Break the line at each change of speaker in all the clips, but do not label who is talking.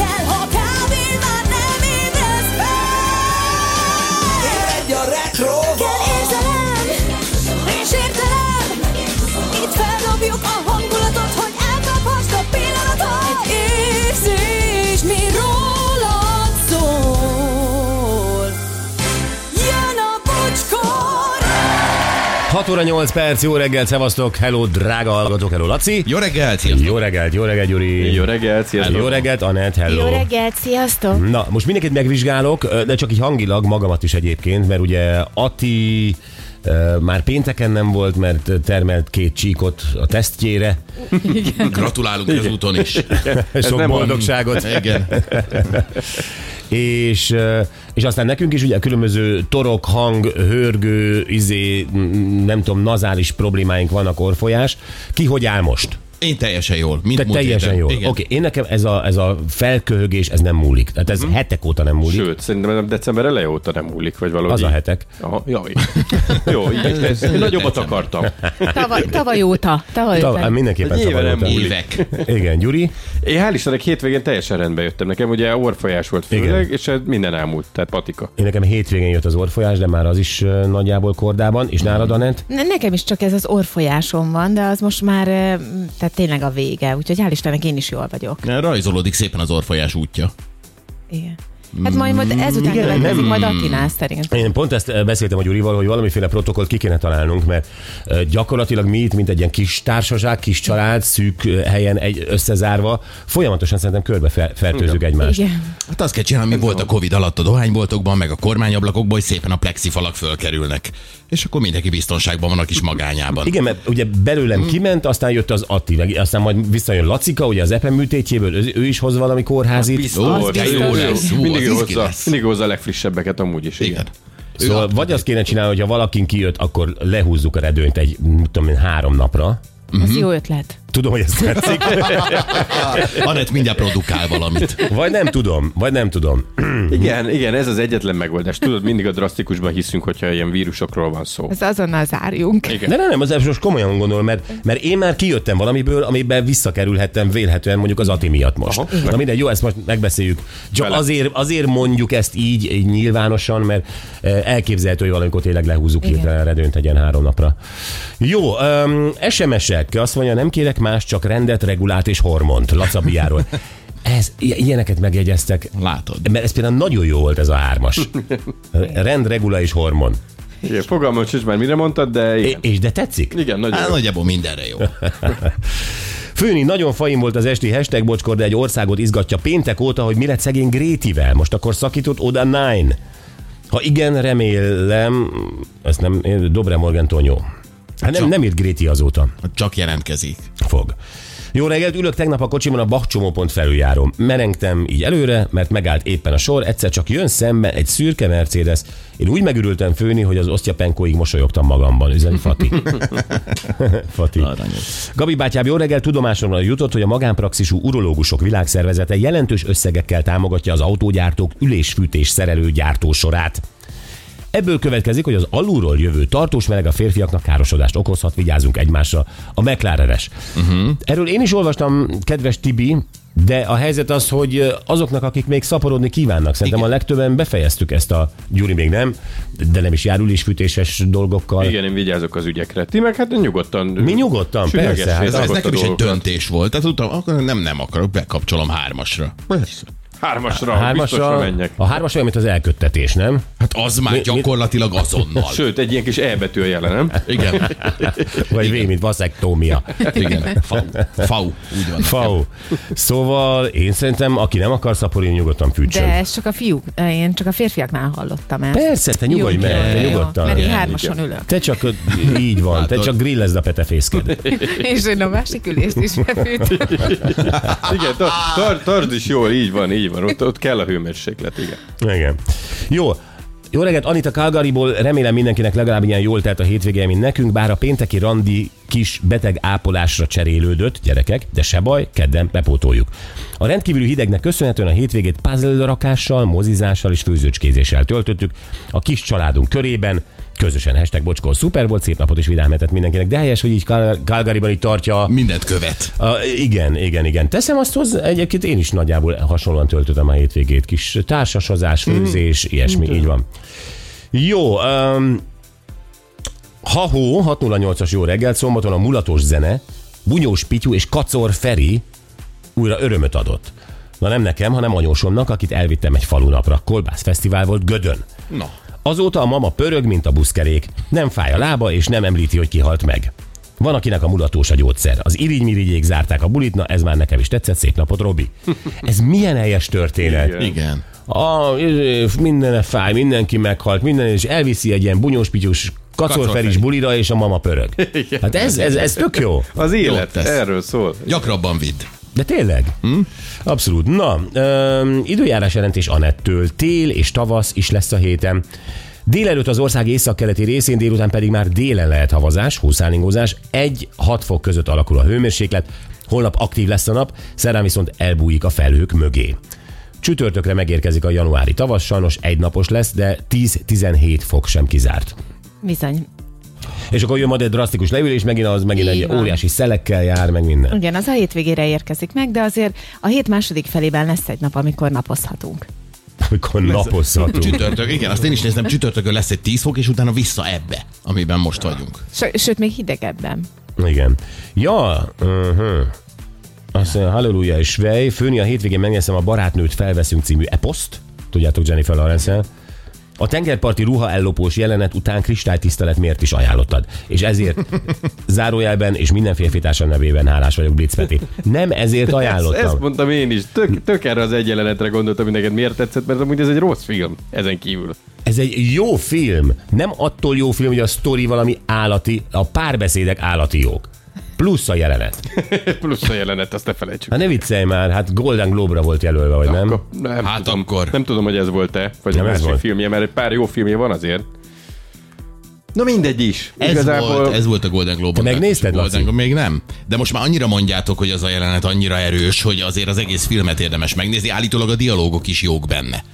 kell, ha kávé már nem ébredsz fel.
Egy a retroval!
Kell érzelem, és értelem, itt feldobjuk a hangulatot, hogy elkaphast a pillanatot. Egy érzés, mi rólad szól. Jön a bocskor!
6 óra 8 perc, jó reggelt, szevasztok, hello, drága hallgatók, hello, Laci.
Jó reggelt, sziasztok!
Jó reggelt, jó reggelt, Gyuri.
Jó reggelt, sziasztok!
Jó reggelt, Anett, hello.
Jó reggelt, sziasztok!
Na, most mindenkit megvizsgálok, de csak így hangilag magamat is egyébként, mert ugye Ati ö, már pénteken nem volt, mert termelt két csíkot a tesztjére.
Gratulálunk ezúton is.
Sok
nem
boldogságot.
Igen.
és, ö, és aztán nekünk is ugye különböző torok, hang, hörgő, izé, m- nem tudom, nazális problémáink vannak, orfolyás. Ki hogy áll most?
Én teljesen jól. Mint
Te
múlt
teljesen
héten.
jól. Oké,
Igen.
okay, én nekem ez a, ez a felköhögés, ez nem múlik. Tehát ez hetek óta nem múlik.
Sőt, szerintem nem december eleje óta nem múlik, vagy valahogy.
Az a
így.
hetek.
Aha, jaj. Jó, így ez, én nagyobbat akartam.
Tavaly, tavaly óta. Tavaly
Tav-
óta.
mindenképpen
Egy éve
tavaly
nem
óta.
múlik.
Évek.
Igen, Gyuri.
Én hál' Istennek hétvégén teljesen rendbe jöttem. Nekem ugye orfolyás volt főleg,
Igen.
és ez minden elmúlt, tehát patika.
Én nekem hétvégén jött az orfolyás, de már az is ö, nagyjából kordában. És nálad, Anett?
Ne- Nekem is csak ez az orfolyásom van, de az most már eh, tehát tényleg a vége, úgyhogy hál' Istennek én is jól vagyok.
Rajzolódik szépen az orfolyás útja.
Igen. Hát majd, majd ezután
Mm, Igen,
következik,
nem-
majd Attinál szerintem.
Én pont ezt ö, beszéltem a Gyurival, hogy valamiféle protokollt ki kéne találnunk, mert ö, gyakorlatilag mi itt, mint egy ilyen kis társaság, kis család, szűk ö, helyen egy összezárva, folyamatosan szerintem körbe fer- fertőzzük egymást.
Igen.
Hát azt kell csinálni, mi volt a Covid alatt a dohányboltokban, meg a kormányablakokban, hogy szépen a plexifalak fölkerülnek. És akkor mindenki biztonságban van a kis magányában.
Igen, mert ugye belőlem kiment, aztán jött az Atti, meg aztán majd visszajön Lacika, ugye az Epen műtétjéből, ő, ő is hoz valami kórházit. Szóval
Ó,
Ó,
de
de
jó
jó,
lesz. Hú,
Mindig
az izgi
hozza,
lesz.
mindig hozza a legfrissebbeket amúgy is.
Igen. Ő
Szóval
ad-
vagy azt kéne csinálni, hogyha valakin kijött, akkor lehúzzuk a redőnyt egy, mit tudom én, három napra. Mhm.
Ez jó ötlet.
Tudom, hogy ez tetszik.
Anett mindjárt produkál valamit.
Vagy nem tudom, vagy nem tudom.
Igen, igen, ez az egyetlen megoldás. Tudod, mindig a drasztikusban hiszünk, hogyha ilyen vírusokról van szó.
Ez azonnal zárjunk.
Igen.
De nem, nem, az most komolyan gondolom, mert, mert én már kijöttem valamiből, amiben visszakerülhettem vélhetően mondjuk az Ati miatt most.
Aha.
Na mindegy, jó, ezt most megbeszéljük. Csak
Vele.
azért, azért mondjuk ezt így, így nyilvánosan, mert eh, elképzelhető, hogy valamikor tényleg lehúzzuk
Igen.
hirtelen redőnt egy ilyen három napra. Jó, um, SMS-ek. Azt mondja, nem kérek más, csak rendet, regulát és hormont. Lacabiáról. Ez, i- ilyeneket megjegyeztek.
Látod.
Mert ez például nagyon jó volt ez a hármas. Rend, regula és hormon.
Igen, fogalmam sincs már, mire mondtad, de
É,
igen.
és de tetszik?
Igen, nagyon
Hát
jó.
nagyjából mindenre jó. Hát
Főni, nagyon fajn volt az esti hashtag bocskor, de egy országot izgatja péntek óta, hogy mi lett szegény Grétivel. Most akkor szakított oda Nine. Ha igen, remélem, ezt nem, Dobre Morgan Tonyó. Hát nem,
Csak.
nem írt Gréti azóta.
Csak jelentkezik.
Fog. Jó reggelt, ülök tegnap a kocsimon a Bakcsomópont felüljárom. Merengtem így előre, mert megállt éppen a sor, egyszer csak jön szemben egy szürke Mercedes. Én úgy megürültem főni, hogy az osztyapenkóig mosolyogtam magamban, üzeni Fati. Fati. Gabi bátyám, jó reggel, tudomásomra jutott, hogy a magánpraxisú urológusok világszervezete jelentős összegekkel támogatja az autógyártók ülésfűtés szerelő gyártósorát. Ebből következik, hogy az alulról jövő tartós meleg a férfiaknak károsodást okozhat, vigyázunk egymásra. A McLarenes. Uh-huh. Erről én is olvastam, kedves Tibi, de a helyzet az, hogy azoknak, akik még szaporodni kívánnak, szerintem Igen.
Igen.
a legtöbben befejeztük ezt a, Gyuri még nem, de nem is járul is fűtéses dolgokkal.
Igen, én vigyázok az ügyekre. Ti meg hát nyugodtan.
Mi nyugodtan,
Süleges
persze, hát
Ez,
részt
ez
kapott
nekem
a
is egy
dolgokat.
döntés volt. Tehát tudtam, akkor nem, nem akarok, bekapcsolom hármasra.
Hármasra,
A
biztosra
hármasra,
menjek.
a hármas olyan, mint az elköttetés, nem?
Hát az már gyakorlatilag azonnal.
Sőt, egy ilyen kis E betű a jele, nem?
Igen.
Vagy V, mint vaszektómia.
Igen. Fau. Fau. Úgy van.
Fau. Szóval én szerintem, aki nem akar szaporodni, nyugodtan fűtsön.
De ez csak a fiúk, én csak a férfiaknál hallottam ezt.
Persze, te nyugodj
Jó,
meg,
jó,
te
jó.
nyugodtan.
Mert én
Igen,
hármason ülök.
Te csak ö, így van, te
Látod?
csak grillezd a petefészked.
És én a másik ülést is befűtöm.
Igen, tar- tar- tartsd is jól, így van, így van. Ott, ott kell a hőmérséklet, igen.
Igen. Jó, jó reggelt, Anita Calgaryból remélem mindenkinek legalább ilyen jól telt a hétvége, mint nekünk, bár a pénteki randi kis beteg ápolásra cserélődött, gyerekek, de se baj, kedden bepótoljuk. A rendkívüli hidegnek köszönhetően a hétvégét puzzle rakással, mozizással és főzőcskézéssel töltöttük a kis családunk körében, Közösen hashtag bocskol, szuper volt, szép napot és vidám hetet mindenkinek, de helyes, hogy így Cal- Calgaryban így tartja a
Mindent követ.
a, igen, igen, igen. Teszem azt hozzá, egyébként én is nagyjából hasonlóan töltöttem a hétvégét. Kis társasozás, főzés, mm. ilyesmi, így van. Jó, um, Hahó, 608-as jó reggel, szombaton a mulatos zene, Bunyós Pityu és Kacor Feri újra örömöt adott. Na nem nekem, hanem anyósomnak, akit elvittem egy falunapra. Kolbász fesztivál volt Gödön.
Na,
Azóta a mama pörög, mint a buszkerék. Nem fáj a lába, és nem említi, hogy kihalt meg. Van, akinek a mulatós a gyógyszer. Az irigymirigyék zárták a bulit, na ez már nekem is tetszett, szép napot, Robi. Ez milyen helyes történet.
igen.
A, minden fáj, mindenki meghalt, minden, és elviszi egy ilyen bunyós pityus kacolferis
Kacolferis.
bulira, és a mama pörög. Hát ez, ez, ez tök jó.
Az élet,
tesz.
erről szól.
Gyakrabban vidd.
De tényleg? Hm? Abszolút. Na, öm, időjárás jelentés Anettől. Tél és tavasz is lesz a héten. Délelőtt az ország északkeleti részén, délután pedig már délen lehet havazás, hószálingozás. 1-6 fok között alakul a hőmérséklet. Holnap aktív lesz a nap, szerdán viszont elbújik a felhők mögé. Csütörtökre megérkezik a januári tavasz, sajnos egynapos lesz, de 10-17 fok sem kizárt.
Bizony.
És akkor jön majd egy drasztikus leülés, megint az megint
Így
egy
van.
óriási szelekkel jár, meg minden.
Igen, az a hétvégére érkezik meg, de azért a hét második felében lesz egy nap, amikor napozhatunk.
Amikor napozhatunk.
Csütörtök, igen, azt én is néztem, csütörtökön lesz egy 10 fok, és utána vissza ebbe, amiben most vagyunk.
Ső, sőt, még hidegebben.
Igen. Ja, uh-huh. Azt mondja, halleluja és vej, főni a hétvégén megnézem a Barátnőt felveszünk című eposzt, tudjátok Jennifer lawrence a tengerparti ruha ellopós jelenet után kristálytisztelet miért is ajánlottad? És ezért zárójelben és minden férfitársam nevében hálás vagyok Blitz Peti. Nem ezért
Ezt, ezt
ajánlottam.
mondtam én is. Tök, tök erre az egy jelenetre gondoltam, hogy neked miért tetszett, mert amúgy ez egy rossz film ezen kívül.
Ez egy jó film. Nem attól jó film, hogy a sztori valami állati, a párbeszédek állati jók. Plusz a jelenet.
Plusz a jelenet, azt ne felejtsük.
Hát ne viccelj már, hát Golden Globe-ra volt jelölve, vagy nem?
Akkor nem
Hát
tudom,
akkor.
Nem tudom, hogy ez volt-e, vagy
Nem ez
nem a másik
volt.
filmje, mert egy pár jó filmje van azért. Na mindegy is.
Ez, volt, ez volt a Golden Globe.
Te megnézted,
Golden
Laci?
Globe, még nem. De most már annyira mondjátok, hogy az a jelenet annyira erős, hogy azért az egész filmet érdemes megnézni. Állítólag a dialógok is jók benne.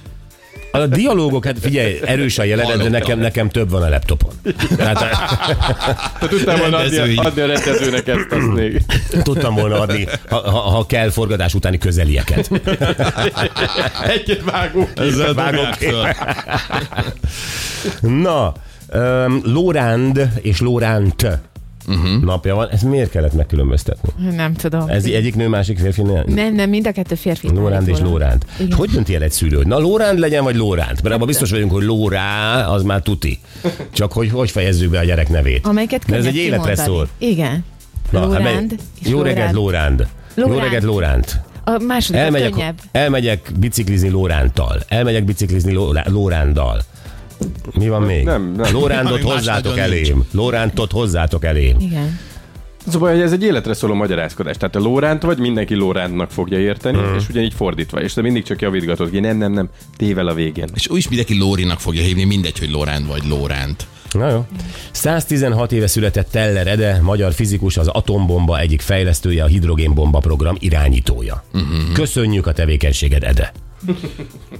A dialógok, hát figyelj, erős a jelenet, de
Hallottam.
nekem, nekem több van a laptopon. Tehát eh,
Ha tudtam volna adni,
rendezői.
a- adni a rendezőnek ezt, azt még.
tudtam volna adni, ha, ha, ha kell forgatás utáni közelieket.
Egyet vágunk.
Ezzel vágok Na, um, Lóránd és Lóránt uh-huh. napja van. Ezt miért kellett megkülönböztetni?
Nem tudom.
Ez egyik nő, másik férfi? Ne?
Hát Nem, nem, mind a kettő férfi.
Lóránd és Lóránt.
Igen.
Hogy dönti el egy szülő, hogy na Lóránd legyen, vagy Lóránt? Mert abban biztos vagyunk, hogy Lórá, az már tuti. Csak hogy hogy fejezzük be a gyerek nevét.
Amelyiket
Mert ez egy
könnyebb
életre
kimondani.
szól.
Igen.
Na, hát
Lóránd
menj-
és
Jó reggelt, Lóránd. Jó
Lóránd.
reggelt, Lóránt.
A második Elmegyek.
Elmegyek,
könnyebb.
elmegyek biciklizni Lóránttal. Elmegyek biciklizni Lórá- Lórándal. Mi van még?
Nem, nem.
Lórándot
Valami más
hozzátok
nagyon nincs.
elém. Lórántot hozzátok elém.
Igen.
Szóval hogy ez egy életre szóló magyarázkodás. Tehát a Lóránt vagy mindenki Lórántnak fogja érteni,
Hmm.
mm. és ugyanígy fordítva. És te mindig csak javítgatod ki. Nem, nem, nem. Tével a végén.
És úgyis mindenki Lórinak fogja hívni, mindegy, hogy Lórán vagy Lóránt.
Na jó. 116 éve született Teller Ede, magyar fizikus, az atombomba egyik fejlesztője, a hidrogénbomba program irányítója.
Mhm.
Köszönjük a tevékenységed, Ede.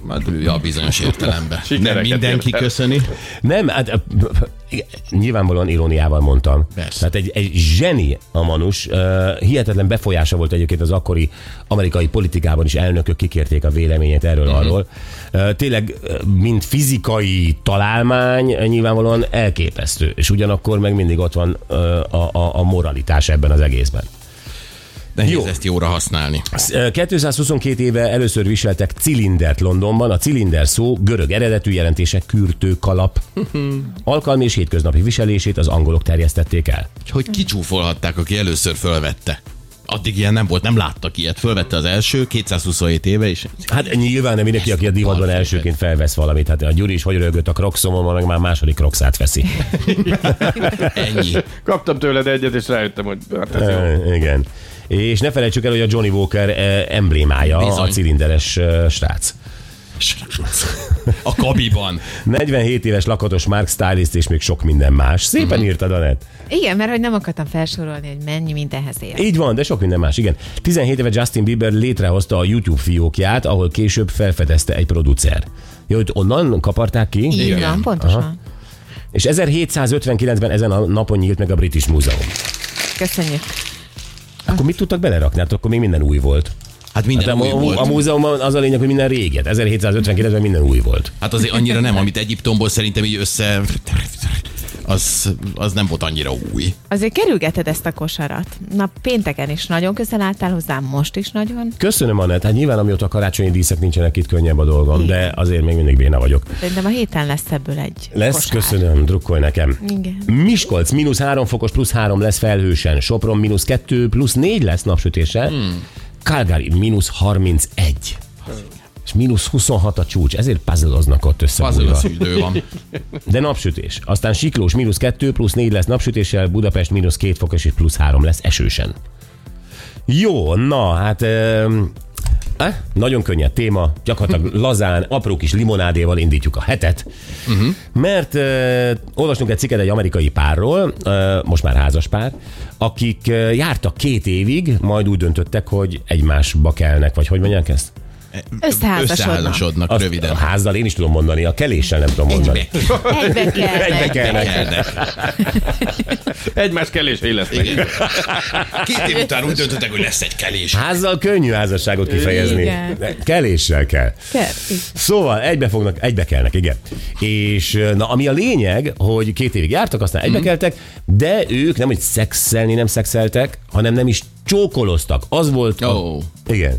Hát, ja, bizonyos értelemben.
Sikereket
Nem mindenki
értem.
köszöni.
Nem, hát ö, ö, ö, nyilvánvalóan iróniával mondtam.
Persze.
Tehát egy, egy zseni a manus. Ö, Hihetetlen befolyása volt egyébként az akkori amerikai politikában is elnökök kikérték a véleményét erről mm-hmm. arról. Ö, Tényleg, ö, mint fizikai találmány, ö, nyilvánvalóan elképesztő. És ugyanakkor meg mindig ott van ö, a, a, a moralitás ebben az egészben.
Nehéz
Jó.
Jó. ezt jóra használni.
Ö, 222 éve először viseltek cilindert Londonban. A cilinder szó görög eredetű jelentése kürtőkalap. Alkalmi és hétköznapi viselését az angolok terjesztették el.
hogy kicsúfolhatták, aki először fölvette. Addig ilyen nem volt, nem láttak ilyet. Fölvette az első, 227 éve, és
Hát nyilván nem mindenki, aki a divatban elsőként felvesz valamit. Hát a Gyuri is hogy rögött a krokszomon, meg már második krokszát veszi.
ennyi.
Kaptam tőled egyet, és rájöttem, hogy hát ez jó.
Ö, Igen. És ne felejtsük el, hogy a Johnny Walker eh, emblémája
Bizony.
a cilinderes eh, srác.
Srác. A kabiban.
47 éves lakatos Mark Stylist és még sok minden más. Szépen
Mhm.
írtad, Anett.
Igen, mert hogy nem akartam felsorolni, hogy mennyi mindenhez ér.
Így van, de sok minden más, igen. 17 éve Justin Bieber létrehozta a YouTube fiókját, ahol később felfedezte egy producer. Jó, hogy onnan kaparták ki?
Így van, pontosan.
És 1759-ben ezen a napon nyílt meg a British Múzeum.
Köszönjük.
Akkor mit tudtak belerakni? Hát akkor még minden új volt.
Hát
Hát
minden hát új
a,
volt.
a múzeumban az a lényeg, hogy minden réget. 1759-ben minden új volt.
Hát azért annyira nem, amit Egyiptomból szerintem így össze... Az, az nem volt annyira új.
Azért kerülgeted ezt a kosarat. Na, pénteken is nagyon közel álltál hozzám, most is nagyon.
Köszönöm, Anett. Hát nyilván amióta a karácsonyi díszek nincsenek itt könnyebb a dolgom, de azért még mindig béna vagyok.
Szerintem a héten lesz ebből egy
Lesz,
kosár.
köszönöm, drukkolj nekem.
Igen.
Miskolc mínusz 3 fokos, plusz 3 lesz felhősen. Sopron mínusz 2, plusz 4 lesz napsütése. Hmm. Calgary mínusz 31. És mínusz 26 a csúcs, ezért puzzloznak ott össze.
Az az idő van.
De napsütés. Aztán Siklós mínusz 2, plusz 4 lesz napsütéssel, Budapest mínusz 2 fokos és plusz 3 lesz esősen. Jó, na hát... Um, eh, nagyon könnyed téma, gyakorlatilag lazán, apró kis limonádéval indítjuk a hetet,
Mhm.
uh-huh. mert uh, olvasnunk egy cikket egy amerikai párról, uh, most már házas pár, akik uh, jártak két évig, majd úgy döntöttek, hogy egymásba kelnek, vagy hogy mondják ezt?
Összeházasodnak.
Összeházasodnak
Azt A
rövidebb.
házzal én is tudom mondani, a keléssel nem tudom mondani.
Egybe
Egybe
kell.
kelnek.
Egymás kellése illetve.
Két év után úgy döntöttek, hogy lesz egy kelés.
Házzal könnyű házasságot kifejezni.
Igen.
De Keléssel kell. Szóval egybe fognak, egybe kelnek, igen. És na, ami a lényeg, hogy két évig jártak, aztán egybe keltek, de ők nem, hogy szexelni nem szexeltek, hanem nem is csókoloztak. Az volt... a-
Ó.
Igen.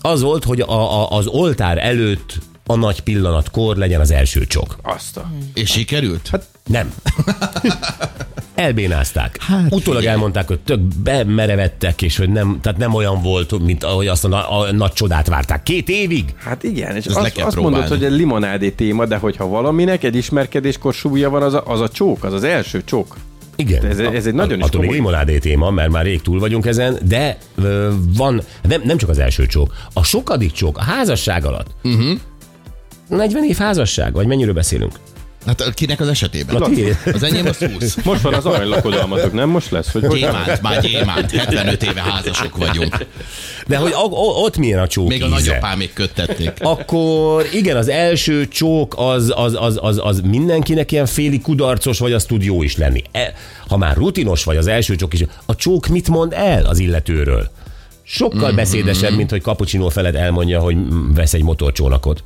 Az volt, hogy a, a, az oltár előtt a nagy pillanatkor legyen az első csók.
Azt a...
És sikerült? Hát
Nem. Elbénázták. Hát, Utólag elmondták, hogy tök bemerevettek, és hogy nem, tehát nem olyan volt, mint ahogy azt a, na- a nagy csodát várták. Két évig?
Hát igen, és
Ezt le
azt,
kell
azt mondod,
próbálni.
hogy egy limonádé téma, de hogyha valaminek egy ismerkedéskor súlya van, az a, az a csók, az az első csók.
Igen.
De ez- ez egy nagyon is
Attól még
komoly.
limonádé téma, mert már rég túl vagyunk ezen, de ö, van, nem, nem csak az első csók, a sokadik csók, a házasság alatt. Uh-huh.
Mhm.
40 év házasság, vagy mennyiről beszélünk?
Hát kinek az esetében?
Na, ti-
Az enyém az 20.
Most van az aranylakodalmatok, nem? Most lesz, hogy hogy
Gyémánt, már gyémánt. 75 éve házasok vagyunk.
De hogy a, o, ott milyen a csók
Még a
íze?
nagyapám még köttették.
akkor igen, az első csók az, az, az, az, az mindenkinek ilyen féli kudarcos, vagy az tud jó is lenni. E, ha már rutinos vagy az első csók is, a csók mit mond el az illetőről? Sokkal beszédesebb, mint hogy kapucsinó feled elmondja, hogy mm, vesz egy motorcsónakot.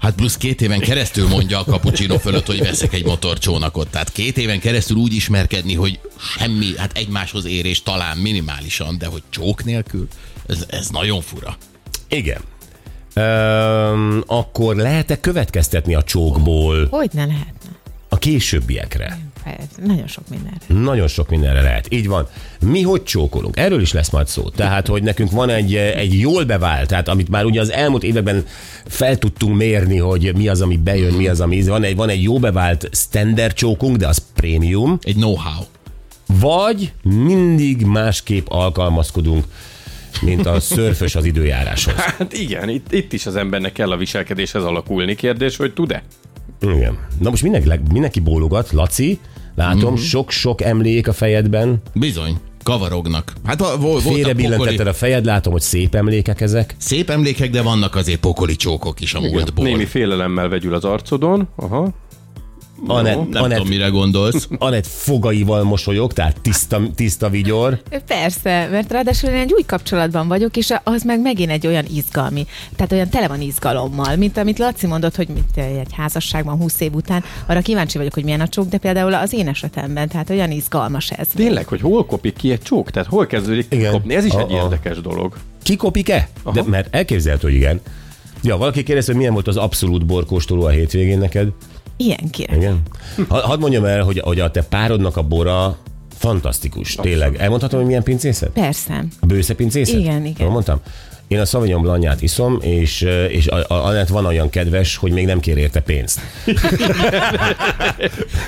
Hát plusz két éven keresztül mondja a kapucsinó fölött, hogy veszek egy motorcsónakot. Tehát két éven keresztül úgy ismerkedni, hogy semmi, hát egymáshoz érés talán minimálisan, de hogy csók nélkül, ez, ez nagyon fura.
Igen. Öm, akkor lehet-e következtetni a csókból
Hogy ne lehetne?
a későbbiekre?
Persze, Nagyon sok minden.
Nagyon sok mindenre lehet. Így van. Mi hogy csókolunk? Erről is lesz majd szó. Tehát, hogy nekünk van egy, egy jól bevált, tehát amit már ugye az elmúlt években fel tudtunk mérni, hogy mi az, ami bejön, mi az, ami... Van egy, van egy jó bevált standard csókunk, de az prémium.
Egy know-how.
Vagy mindig másképp alkalmazkodunk, mint a szörfös az időjáráshoz.
Hát igen, itt, itt is az embernek kell a viselkedéshez alakulni. Kérdés, hogy tud-e?
Igen. Na most mindenki, mindenki bólogat, Laci, látom,
Mhm.
mm-hmm. sok-sok emlék a fejedben.
Bizony, kavarognak. Hát a, vol,
Félre
voltak pokoli,
billentetted a fejed, látom, hogy szép emlékek ezek.
szép emlékek, de vannak azért pokoli csókok is a múltból.
Némi félelemmel vegyül az arcodon. Aha.
Anett,
Nem
Anett,
tudom, mire gondolsz.
Anett fogaival mosolyog, tehát tiszta, tiszta vigyor.
Persze, mert ráadásul én egy új kapcsolatban vagyok, és az meg megint egy olyan izgalmi, tehát olyan tele van izgalommal, mint amit Laci mondott, hogy mint egy házasságban 20 év után, arra kíváncsi vagyok, hogy milyen a csók, de például az én esetemben, tehát olyan izgalmas ez.
Tényleg, hogy hol kopik ki egy csók? Tehát hol kezdődik
Igen.
igen. kopni? Ez is egy
Ah, ah.
érdekes dolog.
Kikopik-e? De, mert elképzelhető, hogy igen. Ja, valaki kérdezte, hogy milyen volt az abszolút borkóstoló a hétvégén neked?
Ilyen kérek.
Igen. Ha, hadd mondjam el, hogy, hogy a te párodnak a bora fantasztikus, tényleg. Elmondhatom, hogy milyen pincészet?
Persze.
A bősze pincészet?
Igen, igen.
Jól mondtam? Én a Sauvignon Blancját iszom, és, és a, a Anett van olyan kedves, hogy még nem kér érte pénzt.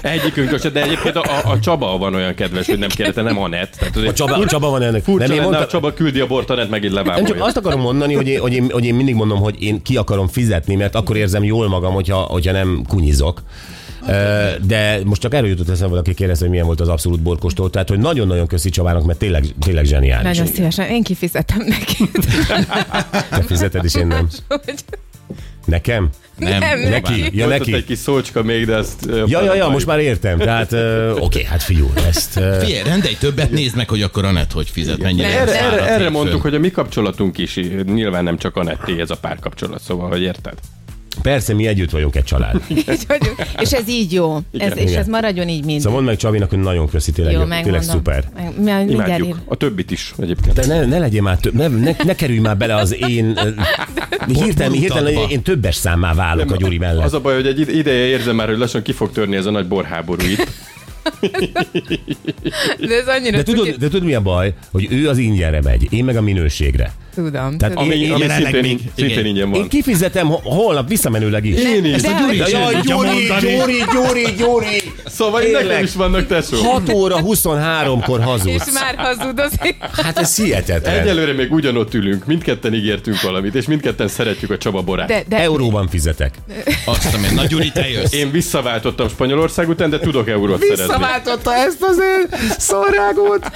Egyikünk se, de egyébként a, a, a Csaba van olyan kedves, hogy nem kérdezte, nem Anett. Tehát
A Csaba, a Csaba van ennek.
Furcsa nem,
mondtam-
a Csaba küldi a bort, Anett megint
Nem csak
levágolja.
azt akarom mondani, hogy én, hogy, én, hogy én mindig mondom, hogy én ki akarom fizetni, mert akkor érzem jól magam, hogyha, hogyha nem kunyizok. Ö, De most csak erről jutott eszembe, valaki kérdezte, hogy milyen volt az abszolút borkostól. Tehát, hogy nagyon-nagyon köszi Csabának, mert tényleg, tényleg zseniális.
Nagyon szívesen, én kifizetem neked.
Te fizeted, és én nem.
Hogy-
Nekem?
Nem,
Nem,
nem
neki.
bánom.
Ja,
Volt ott
neki.
egy kis szócska még, de azt...
Ja, ja, ja, most már értem. Tehát, ö, oké, okay, hát fiú, ezt... Ö,
Figyelj, rendelj többet, nézd meg, hogy akkor a net hogy fizet, mennyire.
Erre,
szállhat
erre, erre
hétfőn.
mondtuk, hogy a mi kapcsolatunk is, nyilván nem csak a netté ez a párkapcsolat, szóval, hogy érted?
persze, mi együtt vagyunk egy család.
Így vagyunk. És ez így jó. Ez, és
igen.
ez maradjon így mind.
Szóval mondd meg Csabinak, hogy nagyon köszi, tényleg,
Jó,
jó,
megmondom.
tényleg szuper.
Meg, mert mindjárt
Imádjuk.
ír.
A többit is egyébként.
De ne, ne legyél már több, ne, ne, ne kerülj már bele az én... ö, Hirtelen, hirtelen én többes számmá válok a Gyuri mellett.
Az a baj, hogy egy ide- ideje érzem már, hogy lassan ki fog törni ez a nagy borháború itt.
De ez annyira
De tudod,
cuki.
de tudod, mi a baj? Hogy ő az ingyenre megy, én meg a minőségre.
Tudom.
Tehát
tudom.
én-
Ami,
én
ami
jelenleg
szintén,
még-
in- szintén
igen.
ingyen
Én
van.
kifizetem ho- holnap visszamenőleg is.
Én is.
De hogy-
Ja, jaj, Gyuri, Gyuri, Gyuri, Gyuri!
Szóval én
Tényleg.
nekem is vannak tesó.
6 óra 23-kor
És
hazudsz.
már hazudozik.
Hát ez hihetetlen.
Egyelőre még ugyanott ülünk, mindketten ígértünk valamit, és mindketten szeretjük a Csaba borát.
De, de
Euróban fizetek.
Azt a nagy Gyuri, te jössz.
Én visszaváltottam Spanyolország után, de tudok eurót szerezni.
Visszaváltotta ezt az én szorrágót.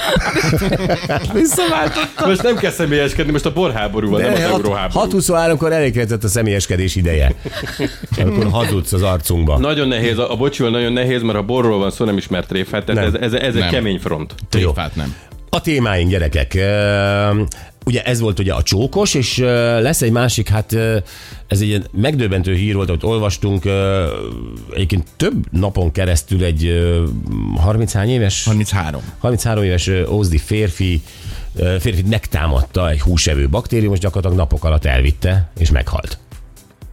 Visszaváltotta.
Most nem kell személyeskedni, most a borháború van, nem az euróháború.
6-23-kor elérkezett a személyeskedés ideje. Amikor hazudsz az arcunkba.
Nagyon nehéz, a a bocsival nagyon nehéz, mert ha borról van szó, nem ismert tréfát, tehát ez,
Nem.
ez, ez egy
Nem.
kemény front.
jó.
Tréfát nem.
A témáink, gyerekek. Ö, Ugye ez volt ugye a csókos, és ö, lesz egy másik, hát ö, ez egy ilyen megdöbbentő hír volt, amit olvastunk. ö, Egyébként több napon keresztül egy ö, 30 hány éves?
33.
33 éves ö, ózdi férfi ö, férfit megtámadta egy húsevő baktérium, és gyakorlatilag napok alatt elvitte, és meghalt.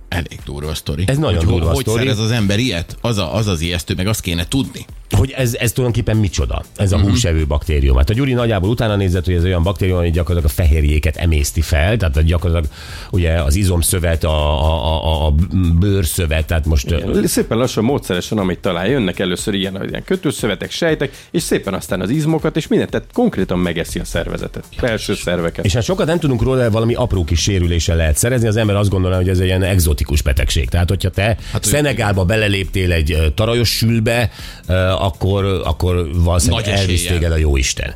Elég durva a sztori.
Ez nagyon
hogy,
durva a
hogy
sztori.
szerez az ember ilyet? Az, a, az az ijesztő, meg azt kéne tudni.
Hogy ez, ez tulajdonképpen micsoda, ez a húsevő baktérium. Hát a Gyuri nagyjából utána nézett, hogy ez olyan baktérium, ami gyakorlatilag a fehérjéket emészti fel, tehát gyakorlatilag ugye az izomszövet, a, a, a, a bőrszövet, tehát most ö,
Szépen lassan, módszeresen, amit talál, jönnek először ilyen, ilyen kötőszövetek, sejtek, és szépen aztán az izmokat, és mindent, tehát konkrétan megeszi a szervezetet, belső szerveket.
És hát sokat nem tudunk róla, de valami apró kis sérüléssel lehet szerezni. Az ember azt gondolná, hogy ez egy ilyen exotikus betegség. Tehát, hogyha te hát,
Hát, hogy-
Szenegálba beleléptél egy ö, tarajos sülbe, ö, akkor, akkor valószínűleg
Nagy
elvisz
eséllyel.
téged a jóisten.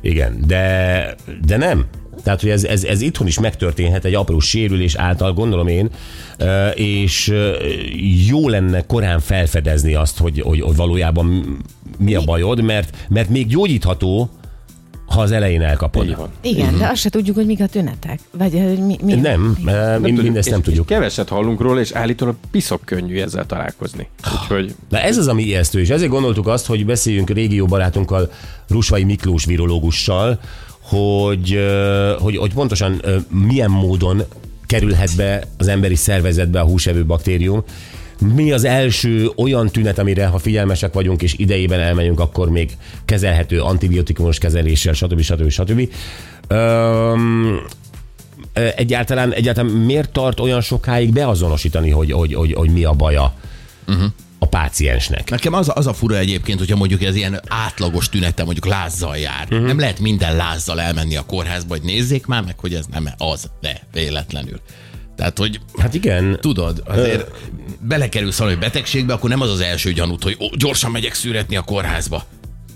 Igen, de, de nem. Tehát, hogy ez, ez, ez itthon is megtörténhet egy apró sérülés által, gondolom én, ö, és ö, jó lenne korán felfedezni azt, hogy, hogy, hogy valójában mi a bajod, mert, mert még gyógyítható, ha az elején elkapod.
Így van.
igen, de azt se tudjuk, hogy mik a tünetek. Vagy hogy mi, mi
Nem, eh, mind, mindezt
és-
nem
és
tudjuk.
Keveset hallunk róla, és állítólag piszok könnyű ezzel találkozni. Úgyhogy
De ez az, ami ijesztő, és ezért gondoltuk azt, hogy beszéljünk régió barátunkkal, Rusvai Miklós virológussal, hogy, ö, hogy, hogy pontosan ö, milyen módon kerülhet be az emberi szervezetbe a húsevő baktérium, mi az első olyan tünet, amire ha figyelmesek vagyunk és idejében elmegyünk, akkor még kezelhető antibiotikumos kezeléssel, stb. stb. stb. Öm, ö, egyáltalán, egyáltalán miért tart olyan sokáig beazonosítani, hogy, hogy, hogy, hogy mi a baja uh-huh. a páciensnek?
Nekem az, a- az a fura egyébként, hogyha mondjuk ez ilyen átlagos tünete, mondjuk lázzal jár.
Mhm.
Uh-huh. Nem lehet minden lázzal elmenni a kórházba, hogy nézzék már meg, hogy ez nem az, de véletlenül. Tehát, hogy
Hát igen.
tudod, azért belekerülsz valami betegségbe, akkor nem az az első gyanút, hogy ó, gyorsan megyek szüretni a kórházba.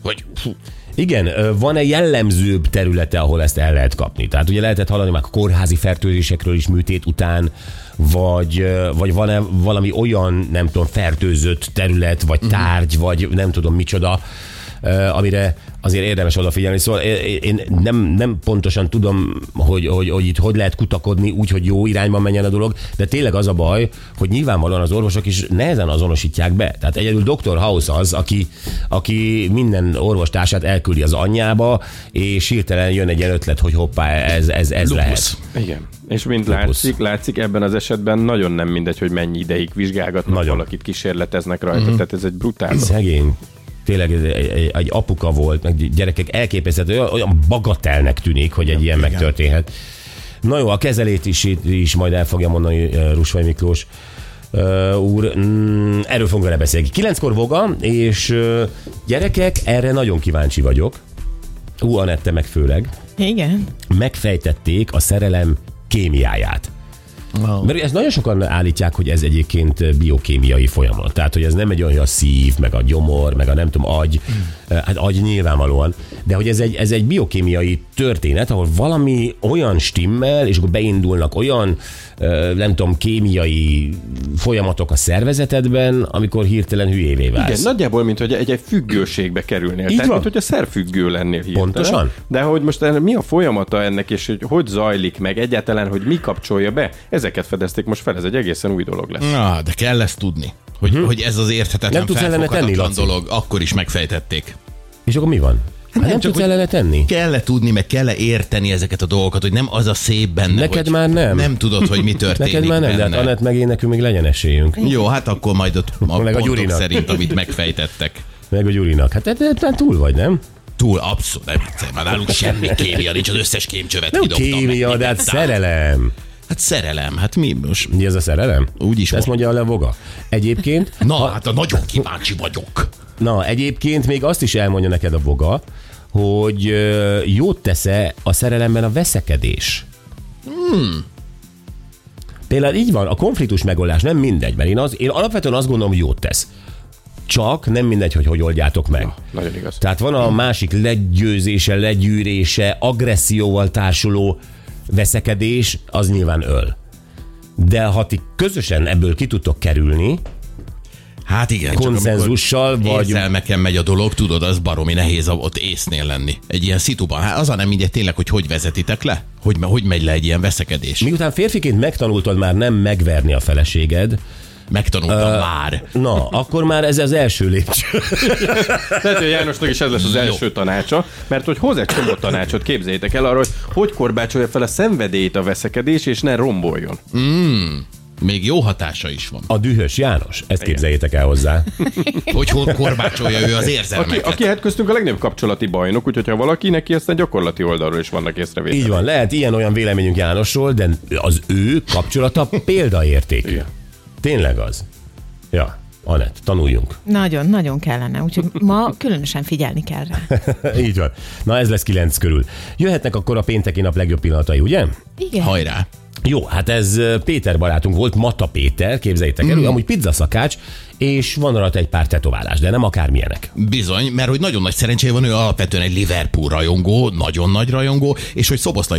Hogy fú,
Igen, ö, van-e jellemzőbb területe, ahol ezt el lehet kapni? Tehát ugye lehetett hallani már kórházi fertőzésekről is műtét után, vagy, ö, vagy van-e valami olyan, nem tudom, fertőzött terület, vagy tárgy, vagy nem tudom micsoda, ö, amire azért érdemes odafigyelni. Szóval é- én nem, nem pontosan tudom, hogy, hogy, hogy itt hogy lehet kutakodni úgy, hogy jó irányba menjen a dolog, de tényleg az a baj, hogy nyilvánvalóan az orvosok is nehezen azonosítják be. Tehát egyedül Dr. House az, aki, aki minden orvostársát elküldi az anyjába, és hirtelen jön egy ilyen ötlet, hogy hoppá, ez, ez, ez lehet.
lupus.
igen. És mint látszik, látszik, ebben az esetben nagyon nem mindegy, hogy mennyi ideig vizsgálgatnak
Nagyon. Mhm.
nagyon. valakit, kísérleteznek rajta, tehát ez egy brutál.
Szegény. Tényleg ez egy, egy, egy apuka volt, meg gyerekek elképeszthető, olyan, olyan bagatelnek tűnik, hogy egy ilyen megtörténhet. Na jó, a kezelét is, is majd el fogja mondani eh, Rusvai Miklós eh, úr. Mm, Erről fogunk vele beszélni. Kilenckor voga, és eh, gyerekek, erre nagyon kíváncsi vagyok. Ú, Anette meg főleg.
Igen.
Megfejtették a szerelem kémiáját. Mert ez nagyon sokan állítják, hogy ez egyébként biokémiai folyamat. Tehát, hogy ez nem egy olyan, hogy a szív, meg a gyomor, meg a nem tudom, agy, hát agy nyilvánvalóan, de hogy ez egy, ez egy biokémiai történet, ahol valami olyan stimmel, és akkor beindulnak olyan, ö, nem tudom, kémiai folyamatok a szervezetedben, amikor hirtelen hülyévé válsz.
Igen, nagyjából, mint hogy egy, egy függőségbe kerülnél. Tehát,
van.
mint hogy a szerfüggő lennél hirtelen.
Pontosan.
De hogy most ennek mi a folyamata ennek, és hogy hogy zajlik meg egyáltalán, hogy mi kapcsolja be, ezeket fedezték most fel, ez egy egészen új dolog lesz.
Na, de kell ezt tudni. Hogy, hmm. hogy ez az érthetetlen
Nem tudsz ellene tenni,
felfoghatatlan
Laci?
dolog, akkor is megfejtették.
És akkor mi van? Hát nem,
nem,
nem
csak
tudsz
hogy-
ellene tenni?
Kell-e tudni, meg kell-e érteni ezeket a dolgokat, hogy nem az a szép benne,
Neked
hogy
már nem.
Nem tudod, hogy mi történik
Neked már nem, de hát
benne.
Anett meg én nekünk még legyen esélyünk.
Jó, hát akkor majd ott a,
Meg a
pontok
Gyurinak.
szerint, amit megfejtettek.
Meg a Gyurinak. Hát te, te, te túl vagy, nem?
Túl abszolút, nem viccelj, már nálunk semmi kémia nincs, az összes kémcsövet
Nem
kidobtam.
kémia,
meg
de hát
mindent.
szerelem.
Hát szerelem, hát mi most?
Mi ez a szerelem?
Úgy is
Ezt
van.
mondja a levoga. Egyébként,
Na, hát a nagyon kíváncsi vagyok.
na, egyébként még azt is elmondja neked a voga, hogy ö, jót tesz-e a szerelemben a veszekedés. Hmm. Például így van, a konfliktus megoldás nem mindegy, mert én, az, én alapvetően azt gondolom, hogy jót tesz. Csak nem mindegy, hogy hogy oldjátok meg.
Nagyon igaz.
Tehát van a másik legyőzése, legyűrése, agresszióval társuló veszekedés, az nyilván öl. De ha ti közösen ebből ki tudtok kerülni,
Hát igen,
konszenzussal,
csak
vagy...
érzelmeken megy a dolog, tudod, az baromi nehéz a- ott észnél lenni. Egy ilyen szituban. Hát az a nem mindegy tényleg, hogy hogy vezetitek le? Hogy, hogy megy le egy ilyen veszekedés? Mi?
Miután férfiként megtanultad már nem megverni a feleséged,
Megtanultam uh, már.
na, akkor már ez az első lépcső.
Lehet, hogy Jánosnak is ez lesz az
Jó.
első tanácsa, mert hogy hoz egy csomó tanácsot, képzeljétek el arról, hogy hogy korbácsolja fel a szenvedélyt a veszekedés, és ne romboljon.
Még jó hatása is van.
A dühös János, ezt képzeljétek el hozzá.
Hogy hol korbácsolja ő az
Aki,
érzelmeket.
aki hát köztünk a legnagyobb kapcsolati bajnok, úgyhogy ha valaki, neki aztán gyakorlati oldalról is vannak észrevételek.
Így van, lehet ilyen-olyan véleményünk Jánosról, de az ő kapcsolata példaértékű.
Igen.
Tényleg az. Ja, Anett, tanuljunk.
Nagyon, nagyon kellene, úgyhogy ma különösen figyelni kell rá.
Így van. Na ez lesz kilenc körül. Jöhetnek akkor a pénteki nap legjobb pillanatai, ugye?
Igen.
Hajrá!
Jó, hát ez ö, Péter barátunk volt, Mata Péter, képzeljétek el, mm. amúgy pizzaszakács, és van rajta egy pár tetoválás, de nem akármilyenek.
Bizony, mert hogy nagyon nagy szerencséje van, ő alapvetően egy Liverpool rajongó, nagyon nagy rajongó, és hogy Szoboszlai